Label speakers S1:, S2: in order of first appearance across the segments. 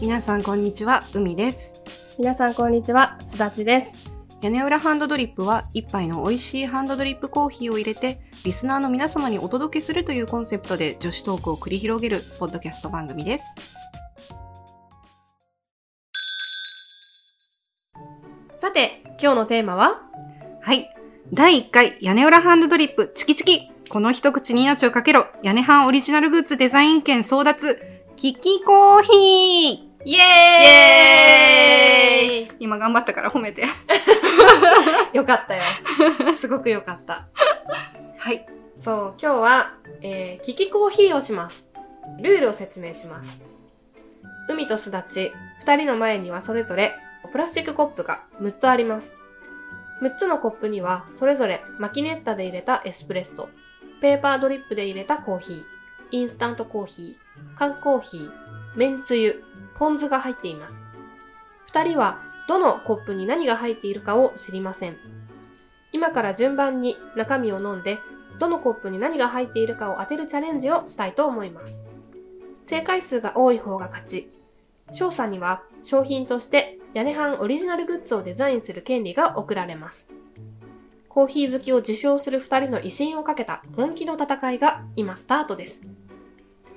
S1: 皆さんこんにちは、海です。
S2: 皆さんこんにちは、すだちです。
S1: 屋根裏ハンドドリップは一杯の美味しいハンドドリップコーヒーを入れてリスナーの皆様にお届けするというコンセプトで女子トークを繰り広げるポッドキャスト番組です。
S2: さて、今日のテーマは
S1: はい。第1回屋根裏ハンドドリップチキチキこの一口に命をかけろ屋根ハンオリジナルグッズデザイン券争奪キキコーヒー
S2: イ
S1: エーイ
S2: イエー
S1: 今頑張ったから褒めて。
S2: イ よかったよ。すごくよかった。
S1: はい。
S2: そう、今日は、えー、キキコーヒーをします。ルールを説明します。海とすだち、二人の前にはそれぞれ、プラスチックコップが6つあります。6つのコップには、それぞれ、マキネッタで入れたエスプレッソ、ペーパードリップで入れたコーヒー、インスタントコーヒー、缶コーヒー、めんつゆ、ポン酢が入っています。二人は、どのコップに何が入っているかを知りません。今から順番に中身を飲んで、どのコップに何が入っているかを当てるチャレンジをしたいと思います。正解数が多い方が勝ち。勝者には商品として屋根版オリジナルグッズをデザインする権利が贈られます。コーヒー好きを受賞する2人の威信をかけた本気の戦いが今スタートです。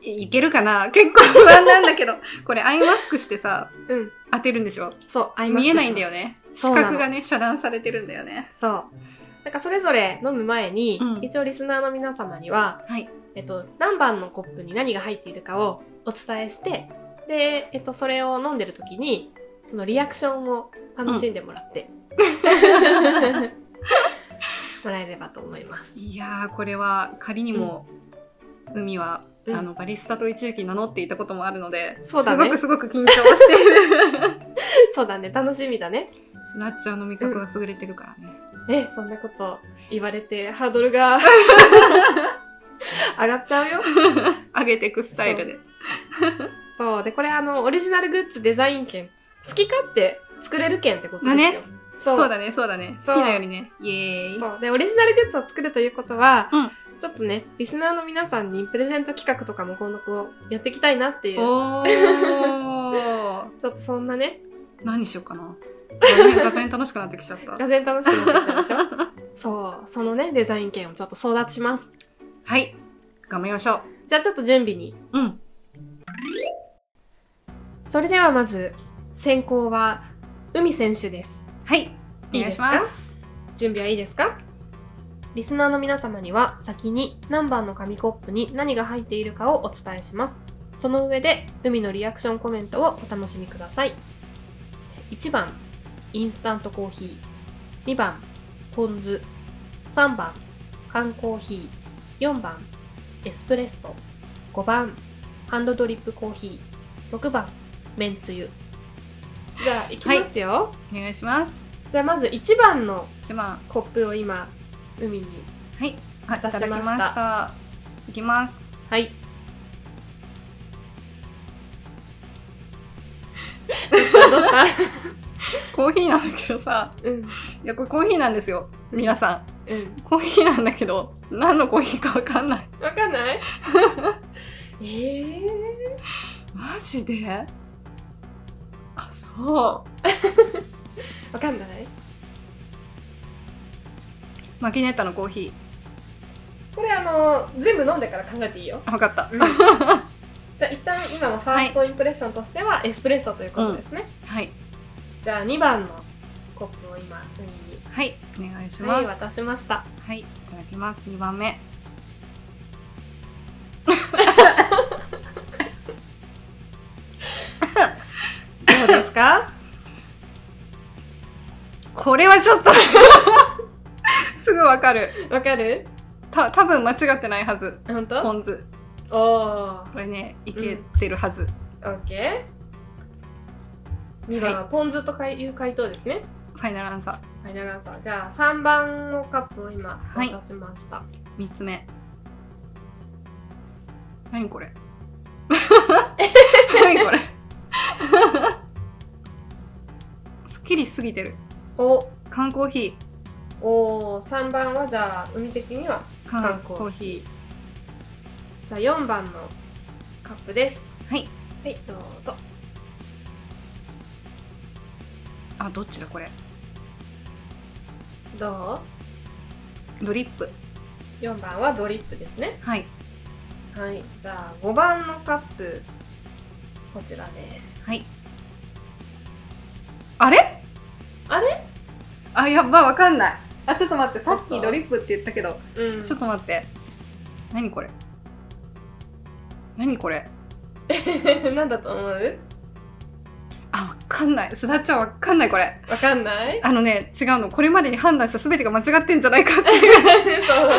S1: いいけるかな結構不安なんだけど。これアイマスクしてさ、
S2: うん、
S1: 当てるんでしょ
S2: そう、アイマスク
S1: 見え
S2: します
S1: ないんだよ。ね。視
S2: そうなの
S1: 覚がね、遮断されてるんだよね。
S2: そう。なんかそれぞれ飲む前に、
S1: うん
S2: 一応リスナーの皆様には、
S1: はい。
S2: えっと、何番のコップに何が入っているかをお伝えして、で、えっと、それを飲んでる時に、そのリアクションを楽しんでも らって、もらえればと思います。
S1: いやー、これは仮にも、海は、
S2: うん
S1: あの、バリスタと一時期名乗っていたこともあるので、
S2: そうだね
S1: すごくすごく緊張してい る。
S2: そうだね、楽しみだね。
S1: スナッチャーの味覚は優れてるからね。
S2: え、そんなこと言われて、ハード ルが上がっちゃうよ。
S1: 上げてくスタイルで。
S2: そう、で、これあの、オリジナルグッズデザイン券、好き勝手作れる券ってことです
S1: だ
S2: よ。
S1: ね
S2: そ
S1: そううだね、そうだね。好
S2: そう
S1: きなよりね。イエーイ。
S2: そう。で、オリジナルグッズを作るということは、
S1: うん
S2: ちょっとね、リスナーの皆さんにプレゼント企画とかも今度こう、やっていきたいなっていう、ちょ
S1: お ー。
S2: っとそんなね、
S1: 何しようかな。画面楽しくなってきちゃ った。
S2: がぜ楽しくなってきたで しょそう。そのね、デザイン券をちょっと争奪します。
S1: はい。頑張りましょう。
S2: じゃあちょっと準備に。
S1: うん。
S2: それではまず、先行は、海選手です。
S1: はい。お願いします。
S2: 準備はいいですかリスナーの皆様には先に何番の紙コップに何が入っているかをお伝えしますその上で海のリアクションコメントをお楽しみください1番インスタントコーヒー2番ポン酢3番缶コーヒー4番エスプレッソ5番ハンドドリップコーヒー6番めんつゆじゃあいきますよ、
S1: お願いします。
S2: じゃあまず1番の
S1: 一番。
S2: コップを今海に
S1: はい。あいただ
S2: 出
S1: き
S2: し
S1: ま
S2: ま
S1: し
S2: した
S1: た。いきます。
S2: はいどうしたどうした
S1: コーヒーなんだけどさ、
S2: うん
S1: いやこれコーヒーなんですよ。皆さ
S2: うん
S1: ん、コーヒーなんだけど、何のコーヒーかわかんない。
S2: わかんない ええ
S1: マジで？あ、そ。
S2: わかんないう
S1: マキネッタのコーヒ
S2: これあの全部飲んでから考えていいよ、
S1: ー。わか った。
S2: じゃあ一旦今のファーストインプレッションとしてはエスプレッソということですね、
S1: はい。
S2: じゃあ2番のコップを今海に
S1: はい。お願いしま
S2: は
S1: す。
S2: い渡しました
S1: はい。いただきます。二番目。
S2: どうですか
S1: これはちょっと すぐわかる。
S2: わかる
S1: た多分間違ってないはず。
S2: 本
S1: ポ
S2: 当
S1: ン酢。
S2: おおー
S1: これね、いけてるはず。
S2: オッケー。2番はポン酢とかいう回答ですね。
S1: ファイナルアンサ
S2: ファイナルアンサー。じゃあ3番のカップを今
S1: はい
S2: 渡しました。
S1: ー。三つ目。何これ何これすっきりしすぎてる。
S2: お
S1: 缶コーヒ
S2: おー3番はじゃあ海的には
S1: ー。缶
S2: 缶
S1: コ
S2: コ
S1: ー
S2: ー
S1: ヒ
S2: じゃあ4番のカップです。
S1: ー。はい。
S2: はいどうぞ。
S1: あ、どっちだこれ。
S2: ど
S1: ドリップ。
S2: う ?4 番はドリップですね。
S1: はい。
S2: はい。じゃあ、5番のカップ、こちらです。
S1: はい。あれ
S2: あ
S1: れあ、やっば、わかんない。あ、ちょっと待って、
S2: そ
S1: さ
S2: っか
S1: っきドリップって言ったけど、
S2: うん。
S1: ちょっと待って。何これ何これ
S2: と。 なんだと思う
S1: あ、わかんない。すだっちゃんわかんない、これ。
S2: わか んない
S1: あのね、違うの。これまでに判断した全てが間違ってんじゃないかっていう。
S2: そう。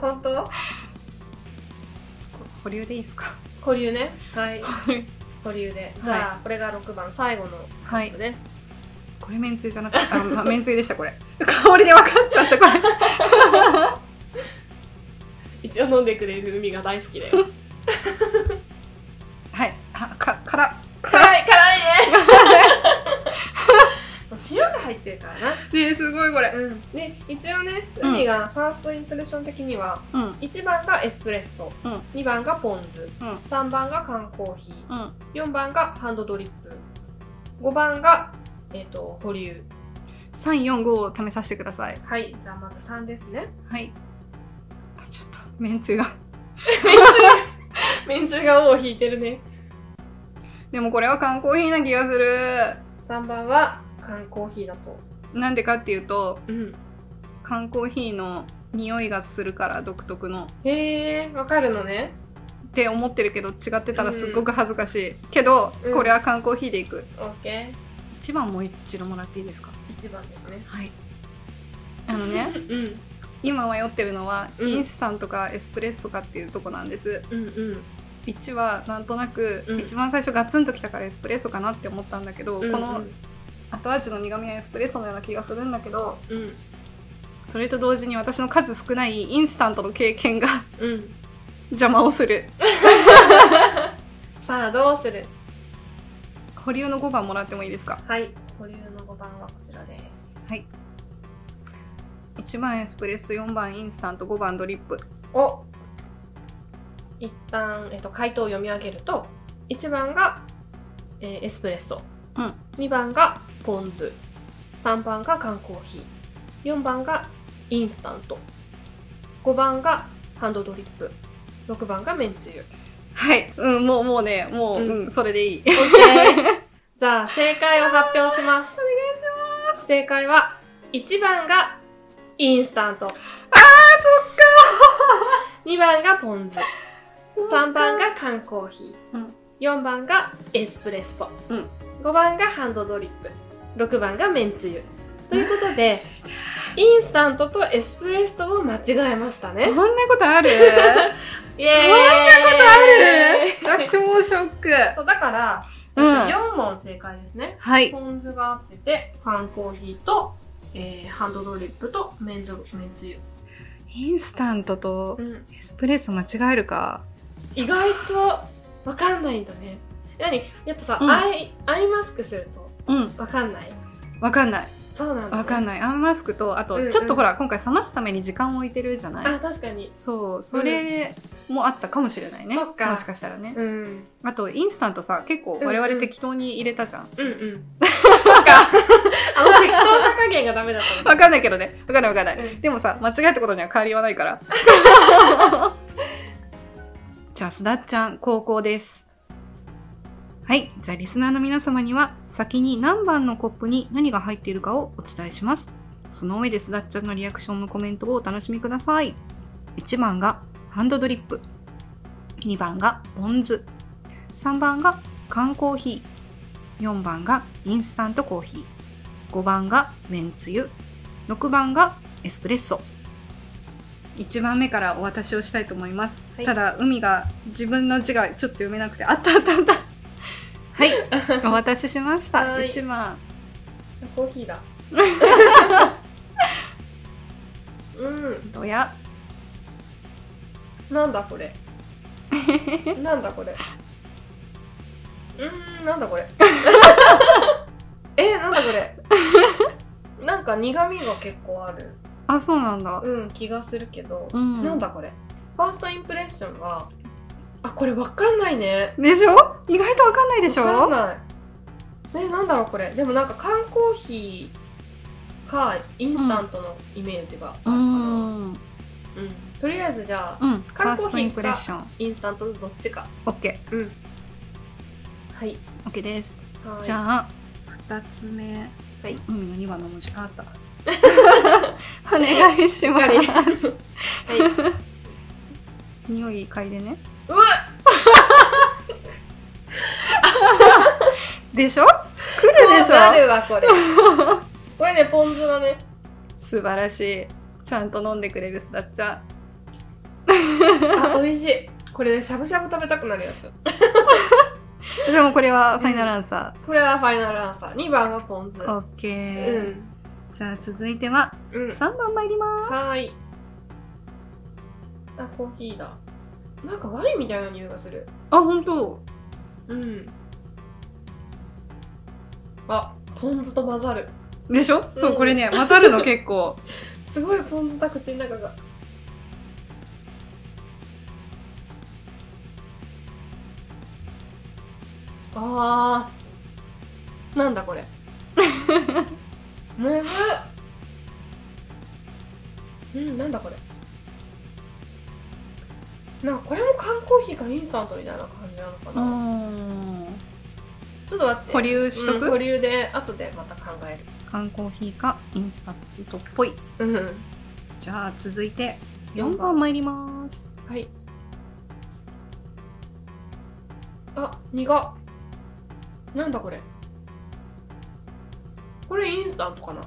S2: 本当
S1: 保留でいいですか
S2: 保留ね。はい。
S1: はい。
S2: 保留で。じゃあ、これが6番、最後の
S1: は
S2: カッ
S1: い
S2: プ。ね。
S1: これめんつゆじゃなかった。あ、ま、めんつゆでした、これ。香りでわかっちゃった、これ。
S2: 一応飲んでくれる海が大好きだよ。
S1: はい。あ、か、から。
S2: 辛い、辛いね。 そう塩が入ってるからな。
S1: ねすごい、これ。
S2: うん、で一応ね
S1: うん
S2: 海がファーストインプレッション的には、
S1: うん。うん。
S2: 1番がエスプレッソ、
S1: うん
S2: 2番がポン酢、
S1: ん
S2: 3番が缶コーヒ
S1: うん。
S2: ー4番がハンドドリップ5番が、えっと保留
S1: 3、4、5を試させてください。
S2: はいじゃあまず3です ね
S1: はい。あちょっと、めんつゆが。
S2: めんつゆが尾を引いてるね
S1: でもこれは缶コーヒーな気がする。
S2: 3番は缶コーヒーだと
S1: なんでかっていうと、
S2: うん
S1: 缶コーヒーの匂いがするから、独特の。
S2: へえわかるのね
S1: って思ってるけど、違ってたらすっごく恥ずかしい。けど、
S2: うん
S1: これは缶コーヒーでいく。
S2: OK1
S1: 1番もう一度もらっていいですか
S2: 番ですね
S1: はい。あのね、
S2: うん
S1: 今迷ってるのは、
S2: うん
S1: インスタントかエスプレッソかっていうとこなんです
S2: うんうん
S1: 1はなんとなく、
S2: うん
S1: 一番最初ガツンときたからエスプレッソかなって思ったんだけど、
S2: うん
S1: この後味の苦みはエスプレッソのような気がするんだけど
S2: うん
S1: それと同時に私の数少ないインスタントの経験が
S2: うん
S1: 邪魔をする
S2: さあどうする
S1: 保留の5番もらってもいいですか
S2: はい、保留の5番はこちらです。
S1: はい1番エスプレッソ4番インスタント5番ドリップ
S2: お一旦、えっと、回答を読み上げると、1番が、えーエスプレッソ、
S1: うん
S2: 2番がポン酢、3番が缶コーヒー、4番がインスタント、5番がハンドドリップ、6番がめんつゆ。
S1: はい、うん、もうもうねもう、
S2: う
S1: うんんそれでいい
S2: OK! じゃあ、正解を発表します。お願いします。正解は、1番がインスタント。あー、そっか !2 番がポン酢。3番が缶コーヒー。
S1: うん
S2: 4番がエスプレッソ。
S1: うん
S2: 5番がハンドドリップ。6番がめんつゆ。ということで、インスタントとエスプレッソを間違えました
S1: そん
S2: ね。
S1: なことあ る
S2: イエーイ
S1: そんなことあるあ超ショック
S2: そう、だから、
S1: うん
S2: 4問正解ですね。
S1: はい
S2: ポン酢が合ってて、缶コーヒーと、えーハンドドリップと、めんつゆ。めんつゆ
S1: インスタントとエスプレッソ間違えるか
S2: 意外とわかんないんだね。何やっぱさ、
S1: うん
S2: アイ、アイマスクする
S1: うん
S2: とわかんない
S1: わかんない
S2: そうなんだ、ね。
S1: わかんないアンマスクとあ
S2: うんう
S1: と
S2: ん
S1: ちょっとほら、今回冷ますために時間を置いてるじゃない
S2: あ、確かに。
S1: そうそれもあったかもしれないね、
S2: そっか
S1: もしかしたらね、
S2: うん。
S1: あとインスタントさ結構
S2: うん
S1: 我
S2: うん
S1: 々適当に入れたじゃんわ、
S2: う んうん。そっか。あの適当さ加減がダメだったの。
S1: かんないけどね わかんないわかんない、
S2: うん
S1: でもさ間違えたことには変わりはないから じゃあすだっちゃん高校ですはいじゃあリスナーの皆様には先に何番のコップに何が入っているかをお伝えしますその上ですだっちゃんのリアクションのコメントをお楽しみください1番がハンドドリップ2番がポン酢3番が缶コーヒー4番がインスタントコーヒー5番がめんつゆ6番がエスプレッソ1番目からお渡しをしたいと思います、
S2: はい
S1: ただ海が自分の字がちょっと読めなくてあったあったあったはい お渡ししました
S2: はい
S1: 1番
S2: コーヒ ーだ。うん。
S1: どや
S2: なんだ これ。なんだこれ。うーん、なんだ これ。え、なんだこれ。なんか苦味が結構ある。
S1: あそうなんだ
S2: うん、気がするけど。
S1: うん
S2: なんだこれ。ファーストインプレッションは、あ、これわかんないね。
S1: でしょ意外とわかんないでしょ
S2: わかんない。えなんだろうこれでもなんか缶コーヒーかインスタントのイメージがあるか
S1: うん。
S2: な、うんとりあえずじゃあ、
S1: うん。ファ
S2: 缶
S1: ー
S2: コーヒーか
S1: ストインプレッション。
S2: インスタントどっちか
S1: OK。
S2: うんはい
S1: OK です。
S2: はい
S1: じゃあ、二つ目。
S2: い
S1: 海の2番の文字。あった。 お願いしま
S2: ありが
S1: す。
S2: とうはい
S1: 匂い嗅いでね。
S2: うわ
S1: でしょ来るでし
S2: な
S1: ょ
S2: るわこれ これねポン酢だね
S1: 素晴らしい。ちゃんと飲んでくれるすだっちゃん。
S2: あ美味しいこれねしゃぶしゃぶ食べたくなるやつ
S1: でもこれはファイナルアンサ
S2: これはファイナルアンサー2番がポン酢
S1: ー。オッケー。じゃあ続いては
S2: うんうん
S1: 3番参ります。
S2: はーい。あ、コーヒーだ。なんかワインみたいな匂いがする。
S1: あ、本当。
S2: うん。あ、ポン酢と混ざる。
S1: でしょ、
S2: うん
S1: そう、これね、混ざるの結構。
S2: すごいポン酢だ、口の中が。あー。なんだこれ。むずっうん、なんだこれ。なんかこれも缶コーヒーかインスタントみたいな感じなの か
S1: う
S2: な。
S1: ん。
S2: ちょっと待って。
S1: 保留しとく
S2: うん保留で、後でまた考え
S1: 缶コーヒーかインスタントっぽい。
S2: る。うん。
S1: じゃあ続いて
S2: 四番
S1: 4番参ります。
S2: はい。あ、苦っ。なんだこれ。これインスタントかな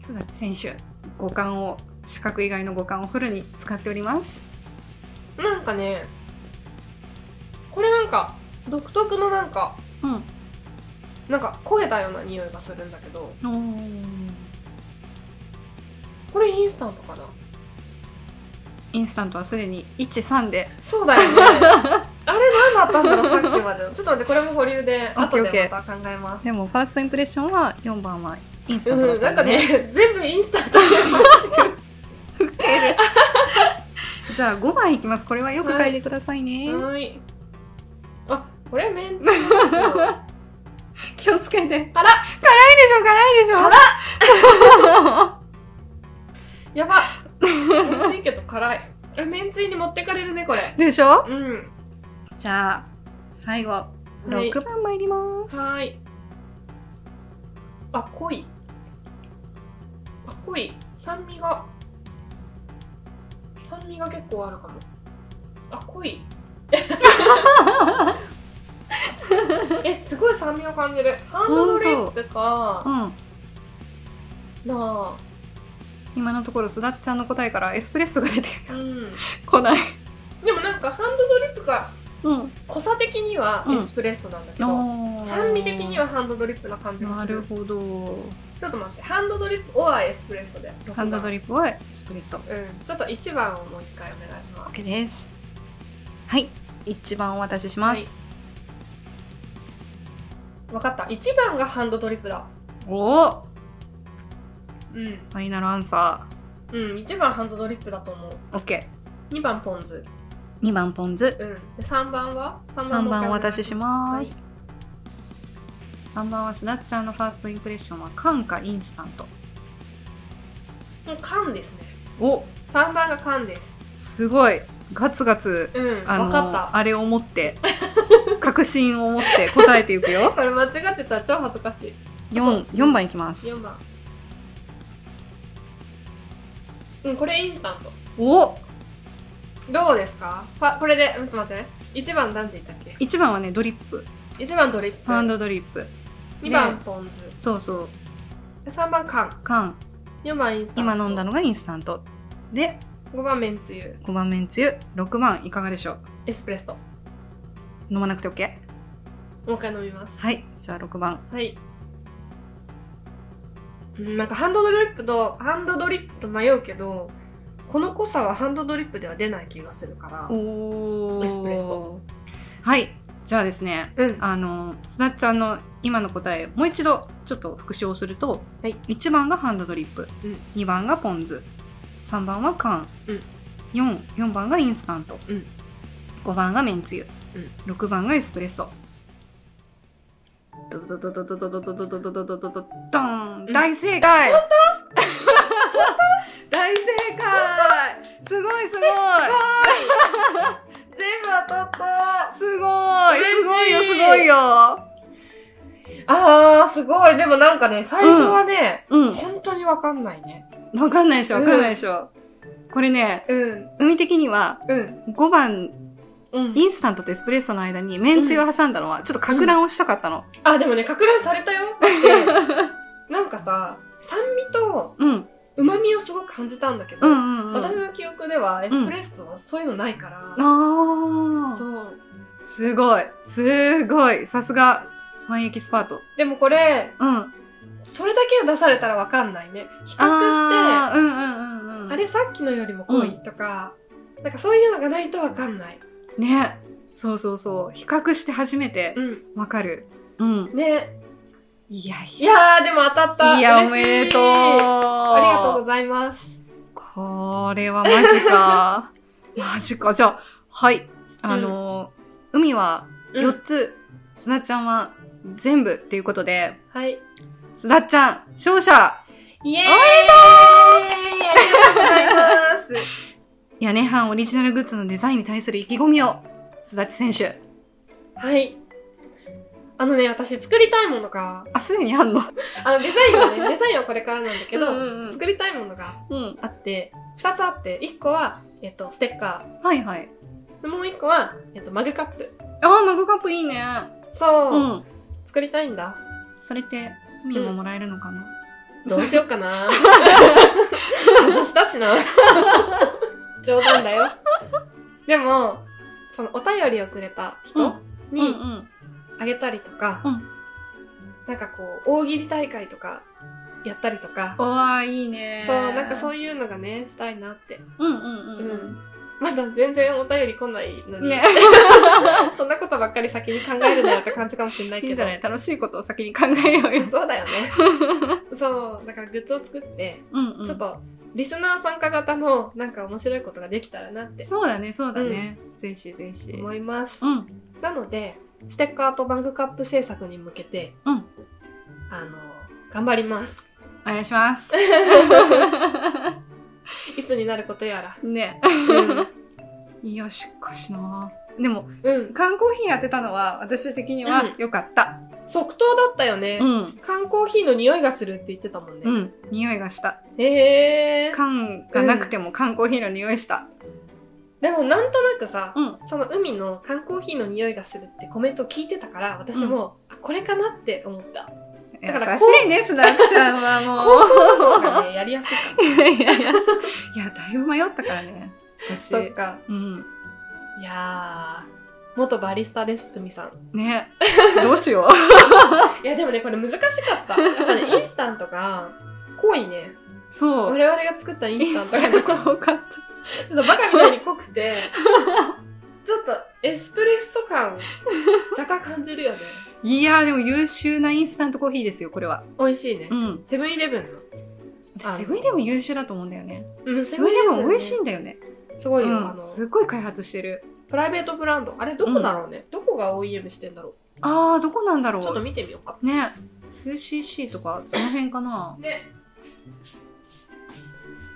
S1: すだち選手、五感を、視覚以外の五感をフルに使っております。
S2: なんかね、これなんか、独特のなんか、
S1: うん。
S2: なんか焦げたような匂いがするんだけど、
S1: お
S2: これインスタントかな
S1: インスタントはすでに1、3で。
S2: そうだよ ね。あれ何だったんだろう、さっきまでの。ちょっと待って、これも保留で、
S1: オッケー
S2: 後でまた考えます。
S1: でもファーストインプレッションは4番はインスタントだ
S2: う
S1: っ
S2: ん、なん
S1: たん
S2: か
S1: で、ね。
S2: ね、全部インスタントで。
S1: じゃあ5番いきます。これはよく書いてくださいね。
S2: はい。あ、これメンテなんですよ。
S1: 気をつけて。辛いで
S2: 辛っ
S1: しょ、辛いでしょ。
S2: やば美味しいけど辛いあめんつゆに持ってかれるねこ れ
S1: でしょ
S2: うん
S1: じゃあ、最後、
S2: はい
S1: 6番参ります。
S2: はーいあ濃いあ濃い酸味が酸味が結構あるかもあ濃いえすごい酸味を感じるハンドドリップか
S1: うん。
S2: なあ
S1: 今のところ、すだっちゃんの答えからエスプレッソが出て
S2: うん
S1: こない。
S2: でもなんかハンドドリップが
S1: うん。
S2: 濃さ的には
S1: うん
S2: エスプレッソなんだけど、酸味的にはハンドドリップな感じが
S1: な
S2: する
S1: るほど。
S2: ちょっと待ってハンドドリップオアエスプレッソで
S1: ハンドド
S2: リ
S1: リップはエスプレッソ。
S2: ップうんちょっと1番をもう一回お願いします
S1: OK です。はい。1番お渡しします。
S2: はい分かった1番がハンドドリップだ
S1: おお
S2: うん
S1: ファイナルアンサ
S2: うん1番ハンドドリップだと思う
S1: ー。OK。
S2: 2番ポン酢
S1: 2番ポン酢。
S2: うんで3番は
S1: 3番お渡しし
S2: ま
S1: ます。3番はすだっちゃんのファーストインプレッションは缶かインスタント。
S2: すもう缶ですね
S1: お
S2: 3番が缶です
S1: すごいガツガツ
S2: うん分
S1: あの
S2: かった
S1: あれを持って 確信を持って答えていくよ
S2: これ間違ってたら超恥ずかしい
S1: 4, 4番いきます
S2: 4番うんこれインスタント
S1: お
S2: どうですかパこれで、うん、ちょっと待ってね。1番なんて言ったっけ
S1: 1番はねドリップ
S2: ?1 番ドリップ。
S1: ハンドドリップ
S2: 2番ポン酢。
S1: そうそう
S2: で3番缶。
S1: 缶
S2: 4番インスタント。
S1: 今飲んだのがインスタントで
S2: 5番めんつゆ。
S1: 5番めんつゆ6番いかがでしょう
S2: エスプレッソ。
S1: 飲まなくて OK
S2: もう一回飲みます。
S1: はいじゃあ6番
S2: はい。うんなんかハンドドリップと、ハンドドリップと迷うけど、この濃さはハンドドリップでは出ない気がするから。
S1: お
S2: エスプレッソ
S1: はいじゃあですね
S2: うん。
S1: あのすなっちゃんの今の答えもう一度ちょっと復唱すると、
S2: はい
S1: 1番がハンドドリップ、
S2: うん
S1: 2番がポン酢3番は缶、
S2: うん
S1: 四四 4, 番がインスタント、
S2: うん
S1: 五5番がめんつゆ、
S2: うん
S1: 六6番がエスプレッソドドドドドドドドドドドドドドドドン大正解
S2: はい。
S1: 大正解すごいすごい
S2: 全部当たった
S1: すごい
S2: 嬉しい
S1: すごいよすごいよ
S2: あー、すごい。でもなんかね、最初はね、
S1: うん
S2: 本当にわかんないね。
S1: わかんないでしょわかんないでしょこれね
S2: うん、
S1: 海的には
S2: うん、
S1: 5番
S2: うん。
S1: インスタントとエスプレッソの間にめんつゆを挟んだのはちょっとか乱をしたかったの
S2: あ、でもね、か乱され たよ。だってなんかさ、酸味と
S1: うんうん
S2: 旨味をすごく感じたんだけど、
S1: うんうん
S2: 私の記憶ではエスプレッソはそういうのないから、
S1: あー
S2: そう。
S1: すごいすごいさすがワインエキスパート
S2: でもこれ、
S1: うん
S2: それだけを出されたらわかんないね。比較して、あ
S1: あーうんうんうんうん
S2: れさっきのよりも濃いとか、なんかそういうのがないとわかんない。
S1: ねそうそうそう比較して初めて
S2: うん。
S1: わかるうん
S2: ね。
S1: いやい
S2: いやー、でも当たった。
S1: いやお
S2: 嬉しい
S1: めでとう
S2: ありがとうご
S1: う
S2: ざいます。
S1: これはマジ かマジかじゃあはいあのー海は
S2: うん
S1: 4つ、すなちゃんは全部っていうことで、
S2: はい。
S1: すなちゃん、勝者
S2: イエーイありがとうございます。
S1: 屋根班オリジナルグッズのデザインに対する意気込みを、すだち選手。
S2: はい。あのね、私作りたいものが、
S1: あ、すでにあんの
S2: あのデザイン はね、デザインはこれからなんだけど、
S1: うんうん
S2: 作りたいものが
S1: うん。うん。
S2: あって、二つあって、一個は、えっと、ステッカ
S1: はいはい。
S2: ー。でもう一個は、えっと、マグカップ。
S1: あー、マグカップいいね。
S2: そう、
S1: うん。
S2: 作りたいんだ。
S1: それって、海ももらえるのかな、
S2: どうしよう かな。外したしな。 冗談だよ。でも、そのお便りをくれた人
S1: う
S2: に
S1: ん
S2: あげたりとか、
S1: うん
S2: なんかこう、大喜利大会とかやったりとか、
S1: うん。わー、いいね。
S2: そう、なんかそう
S1: いう
S2: いうのがね、したいなって。
S1: う。うんうんうん。
S2: まだ全然お便り来ないの に、
S1: ね
S2: そんなことばっかり先に考えるなよって感じかもしれない
S1: いい
S2: け
S1: んじ
S2: ど
S1: ゃ。ない楽しいことを先に考えようよ。
S2: そうだ よね。そう、だからグッズを作って、
S1: うんうん。
S2: ちょっとリスナー参加型のなんか面白いことができたらなって
S1: そうだね、そうだね。ぜひぜひ。
S2: 思います。
S1: うん。
S2: なので、ステッカーとバングカップ制作に向けて、
S1: うん
S2: あの、頑張ります。
S1: お願いします。
S2: いつになることやら。
S1: ね。いや、しかしなでも、
S2: うん。
S1: 缶コーヒー当てたのは、私的に
S2: うん
S1: は良かった。
S2: 即答だったよね。
S1: うん。
S2: 缶コーヒーの匂いがするって言ってたもんね。
S1: うん。匂いがした。
S2: へえ。
S1: 缶がなくても缶コーヒーの匂いした。
S2: でもなんとなくさ、
S1: うん。
S2: その海の缶コーヒーの匂いがするってコメントを聞いてたから、私も、あこれかなって 思った。
S1: 優
S2: だから
S1: しいね、すなっちゃんは
S2: 高
S1: も
S2: 校の方がね、やりやすいか
S1: う。いやいやいや。いや、 だいぶ迷ったからね。私。
S2: ら。そっか。
S1: うん。
S2: いやー、元バリスタです、海さん。
S1: ね。どうしよ
S2: いや、でもね、これ難しかった。やっ ぱね、インスタントが濃いね。
S1: う。そう。
S2: 我々が作ったイ
S1: イ
S2: ン
S1: ン
S2: ス
S1: ス
S2: タ
S1: タ
S2: ン
S1: ン
S2: ト
S1: ト
S2: が、
S1: が多かっ
S2: ちょっとバカみたいに濃くて、ちょっとエスプレッソ感を若干感じるよね。
S1: た。いやー、でも優秀なインスタントコーヒーですよ、これは。
S2: 美味しいね
S1: う。ん。
S2: セブンイレブンの。あ
S1: セブンイレブン優秀だと思うんだよね。
S2: うん、
S1: セブンイレブン美味しい
S2: ね
S1: んだよね。
S2: すごいよ、
S1: うん
S2: あの
S1: すっごい開発してる。
S2: プライベートブランドあれどこだろうね、どこが OEM してんだろ
S1: あー、どこなんだろ
S2: うちょっと
S1: う。
S2: 見てみようか
S1: ね。UCC とか、その辺かな。
S2: ね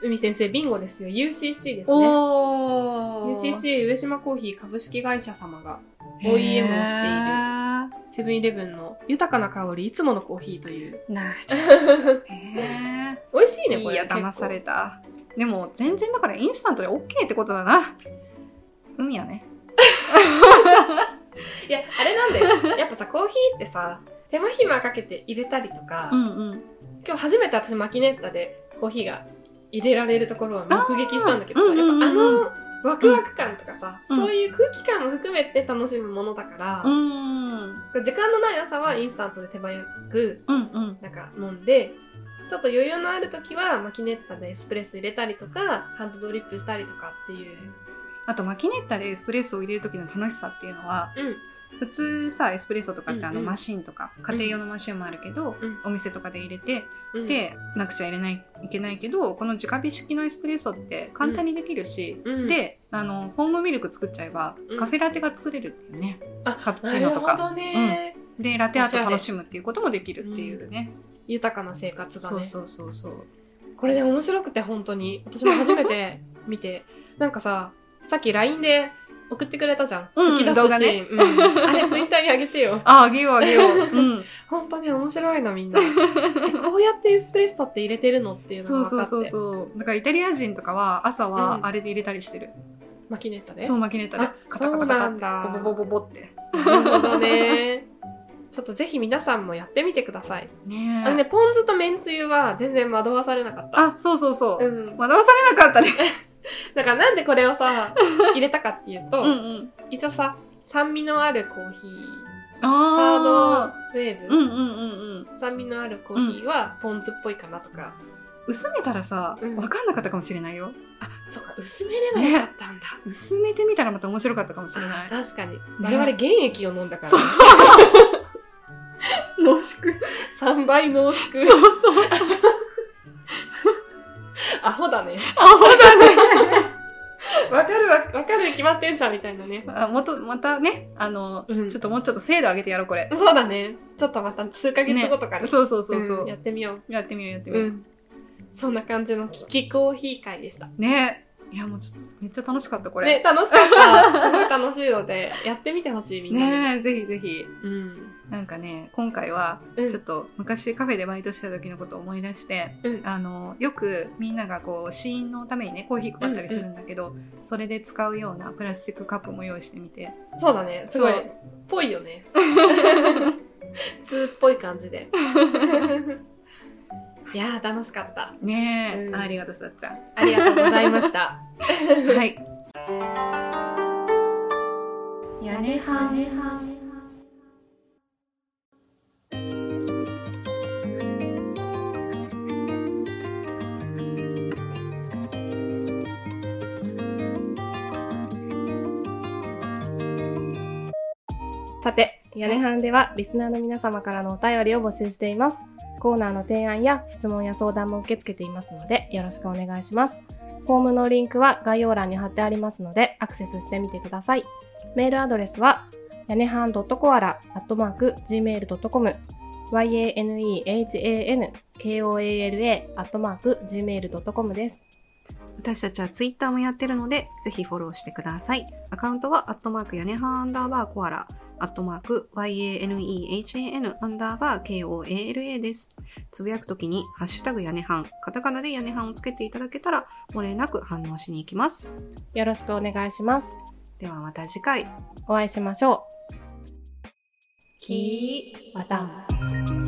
S2: 海先生ビンゴですよ UCC ですね
S1: お
S2: UCC 上島コーヒー株式会社様が
S1: OEM を
S2: OEM をしている
S1: し
S2: セブンイレブンの豊かな香りいつものコーヒーという
S1: ている。 なるへ
S2: 美味しい
S1: ー
S2: ね
S1: い
S2: これ
S1: や、騙された。でも、全然だからインスタントで OK ってことだな。海やね。
S2: 結構いやあれなんだ よやっぱさコーヒーってさ手間暇かけて入れたりとか、
S1: んうん。
S2: 今日初めて私マキネッタでコーヒーが入れられるところを目撃したんだけどさ
S1: あー
S2: やっ
S1: うん
S2: ぱあ
S1: うんうん
S2: のワクワク感とかさ、
S1: うん
S2: そういう空気感も含めて楽しむものだから、
S1: うーん。
S2: 時間のない朝はインスタントで手早く
S1: うんうん。
S2: なんか飲んでちょっと余裕のある時はマキネッタでエスプレッソ入れたりとかハンドドリップしたりとかっていう、
S1: あと、マキネッタでエスプレッソを入れる時の楽しさっていうのは、普通さ、エスプレッソとかってあ
S2: うん
S1: の
S2: うん
S1: マシンとか、家庭用のマシンもあるけど
S2: うん、
S1: お店とかで入れて、
S2: うん、うん、
S1: で、なくちゃ入れない、いけないけど、この直火式のエスプレッソって簡単にできるし、
S2: うん、
S1: であのホームミルク作っちゃえば
S2: うん
S1: カフェラテが作れるっていうね、
S2: あ
S1: カプチーノとか
S2: なるほどね、
S1: でラテアート楽しむっていうこともできるっていうね、
S2: 豊かな生活が
S1: そ
S2: ね
S1: うそうそうそう
S2: これね面白くて本当に私も初めて見てなんかささっき LINE で送ってくれたじゃん、
S1: うん
S2: 吹き出すシー
S1: 動
S2: ン
S1: 画ね
S2: うんあれツイッターにあげ てよ
S1: ああげようあ げよう、うん、
S2: 本当に面白いのみんなえこうやってエスプレッソって入れてるのっていう
S1: そ
S2: の
S1: う
S2: が分
S1: そ
S2: か
S1: う
S2: って
S1: そうそうだからイタリア人とかは朝
S2: う
S1: は
S2: ん
S1: あれで入れたりしてる、
S2: マキネッタで
S1: そうマキネッタで
S2: あ
S1: カタカ
S2: そう
S1: タ
S2: な
S1: カ
S2: んだ
S1: タボボボボボって
S2: なるほどね ちょっとぜひ皆さんもやってみてください、
S1: ね
S2: あのねポン酢とめんつゆは全然惑わされなかった
S1: あそうそうそう、
S2: うん、
S1: 惑わされなかったね
S2: だからなんでこれ をさ入れたかっていうと、
S1: ん
S2: 一応さ酸味のあるコーヒーサー
S1: あ
S2: ドウェー
S1: ー
S2: ブ、
S1: うんうんうんうん
S2: 酸味のあるコーヒーはポン酢っぽいかなとか、
S1: 薄めたらさ、
S2: うん
S1: 分かんなかったかもしれないよ
S2: そうか薄めればよかったんだ、
S1: 薄めてみたらまた面白かったかもしれない
S2: 確かに、我々原液を飲んだから
S1: そう
S2: ね、
S1: 濃縮
S2: 3倍濃縮
S1: そうそう
S2: アホだね
S1: あほ
S2: わかるわわかるに決まってんじゃんみたいなね
S1: だ あもっとまたねあの、
S2: うん
S1: ちょっともうちょっと精度上げてやろうこれ
S2: そうだねちょっとまた数ヶ月後とかに、
S1: そうそうそうそう、
S2: んやってみよう
S1: やってみようやってみ
S2: う
S1: よう、
S2: んそんな感じのキキコーヒー会でした
S1: ねいやもうちょっとめっちゃ楽しかったこれ
S2: ね楽しかったすごい楽しいのでやってみてほしいみんな
S1: ね
S2: に、
S1: ぜひぜひ
S2: うん
S1: なんかね今回は
S2: うん
S1: ちょっと昔カフェでバイトしてた時のことを思い出して、
S2: うん
S1: あのよくみんながこう試飲のためにねコーヒー配ったりするんだけど、それで使うようなプラスチックカップも用意してみて
S2: そうだね、すごい
S1: そう。
S2: ぽい よね。通っぽい感じで。いやー、楽しかった。
S1: ねえ、
S2: うん
S1: ありがとうさっちゃん
S2: ありがとうございました。
S1: はい
S3: 屋根はねは
S2: さて、屋根班ではリスナーの皆様からのお便りを募集しています。コーナーの提案や質問や相談も受け付けていますので、よろしくお願いします。フォームのリンクは概要欄に貼ってありますので、アクセスしてみてください。メールアドレスは、やねはん .koala.gmail.com yanehankoala.gmail.com です。
S1: 私たちはツイッターもやってるので、ぜひフォローしてください。アカウントは、アットマーク屋根半アンダーバーコアラ、アットマーク YANEHAN アンダーバー KOALA です。つぶやくときに、ハッシュタグ屋根半、カタカナで屋根半をつけていただけたら、漏れなく反応しに行きます。
S2: よろしくお願いします。
S1: ではまた次回。
S2: お会いしましょう。
S3: き
S2: また。
S3: ー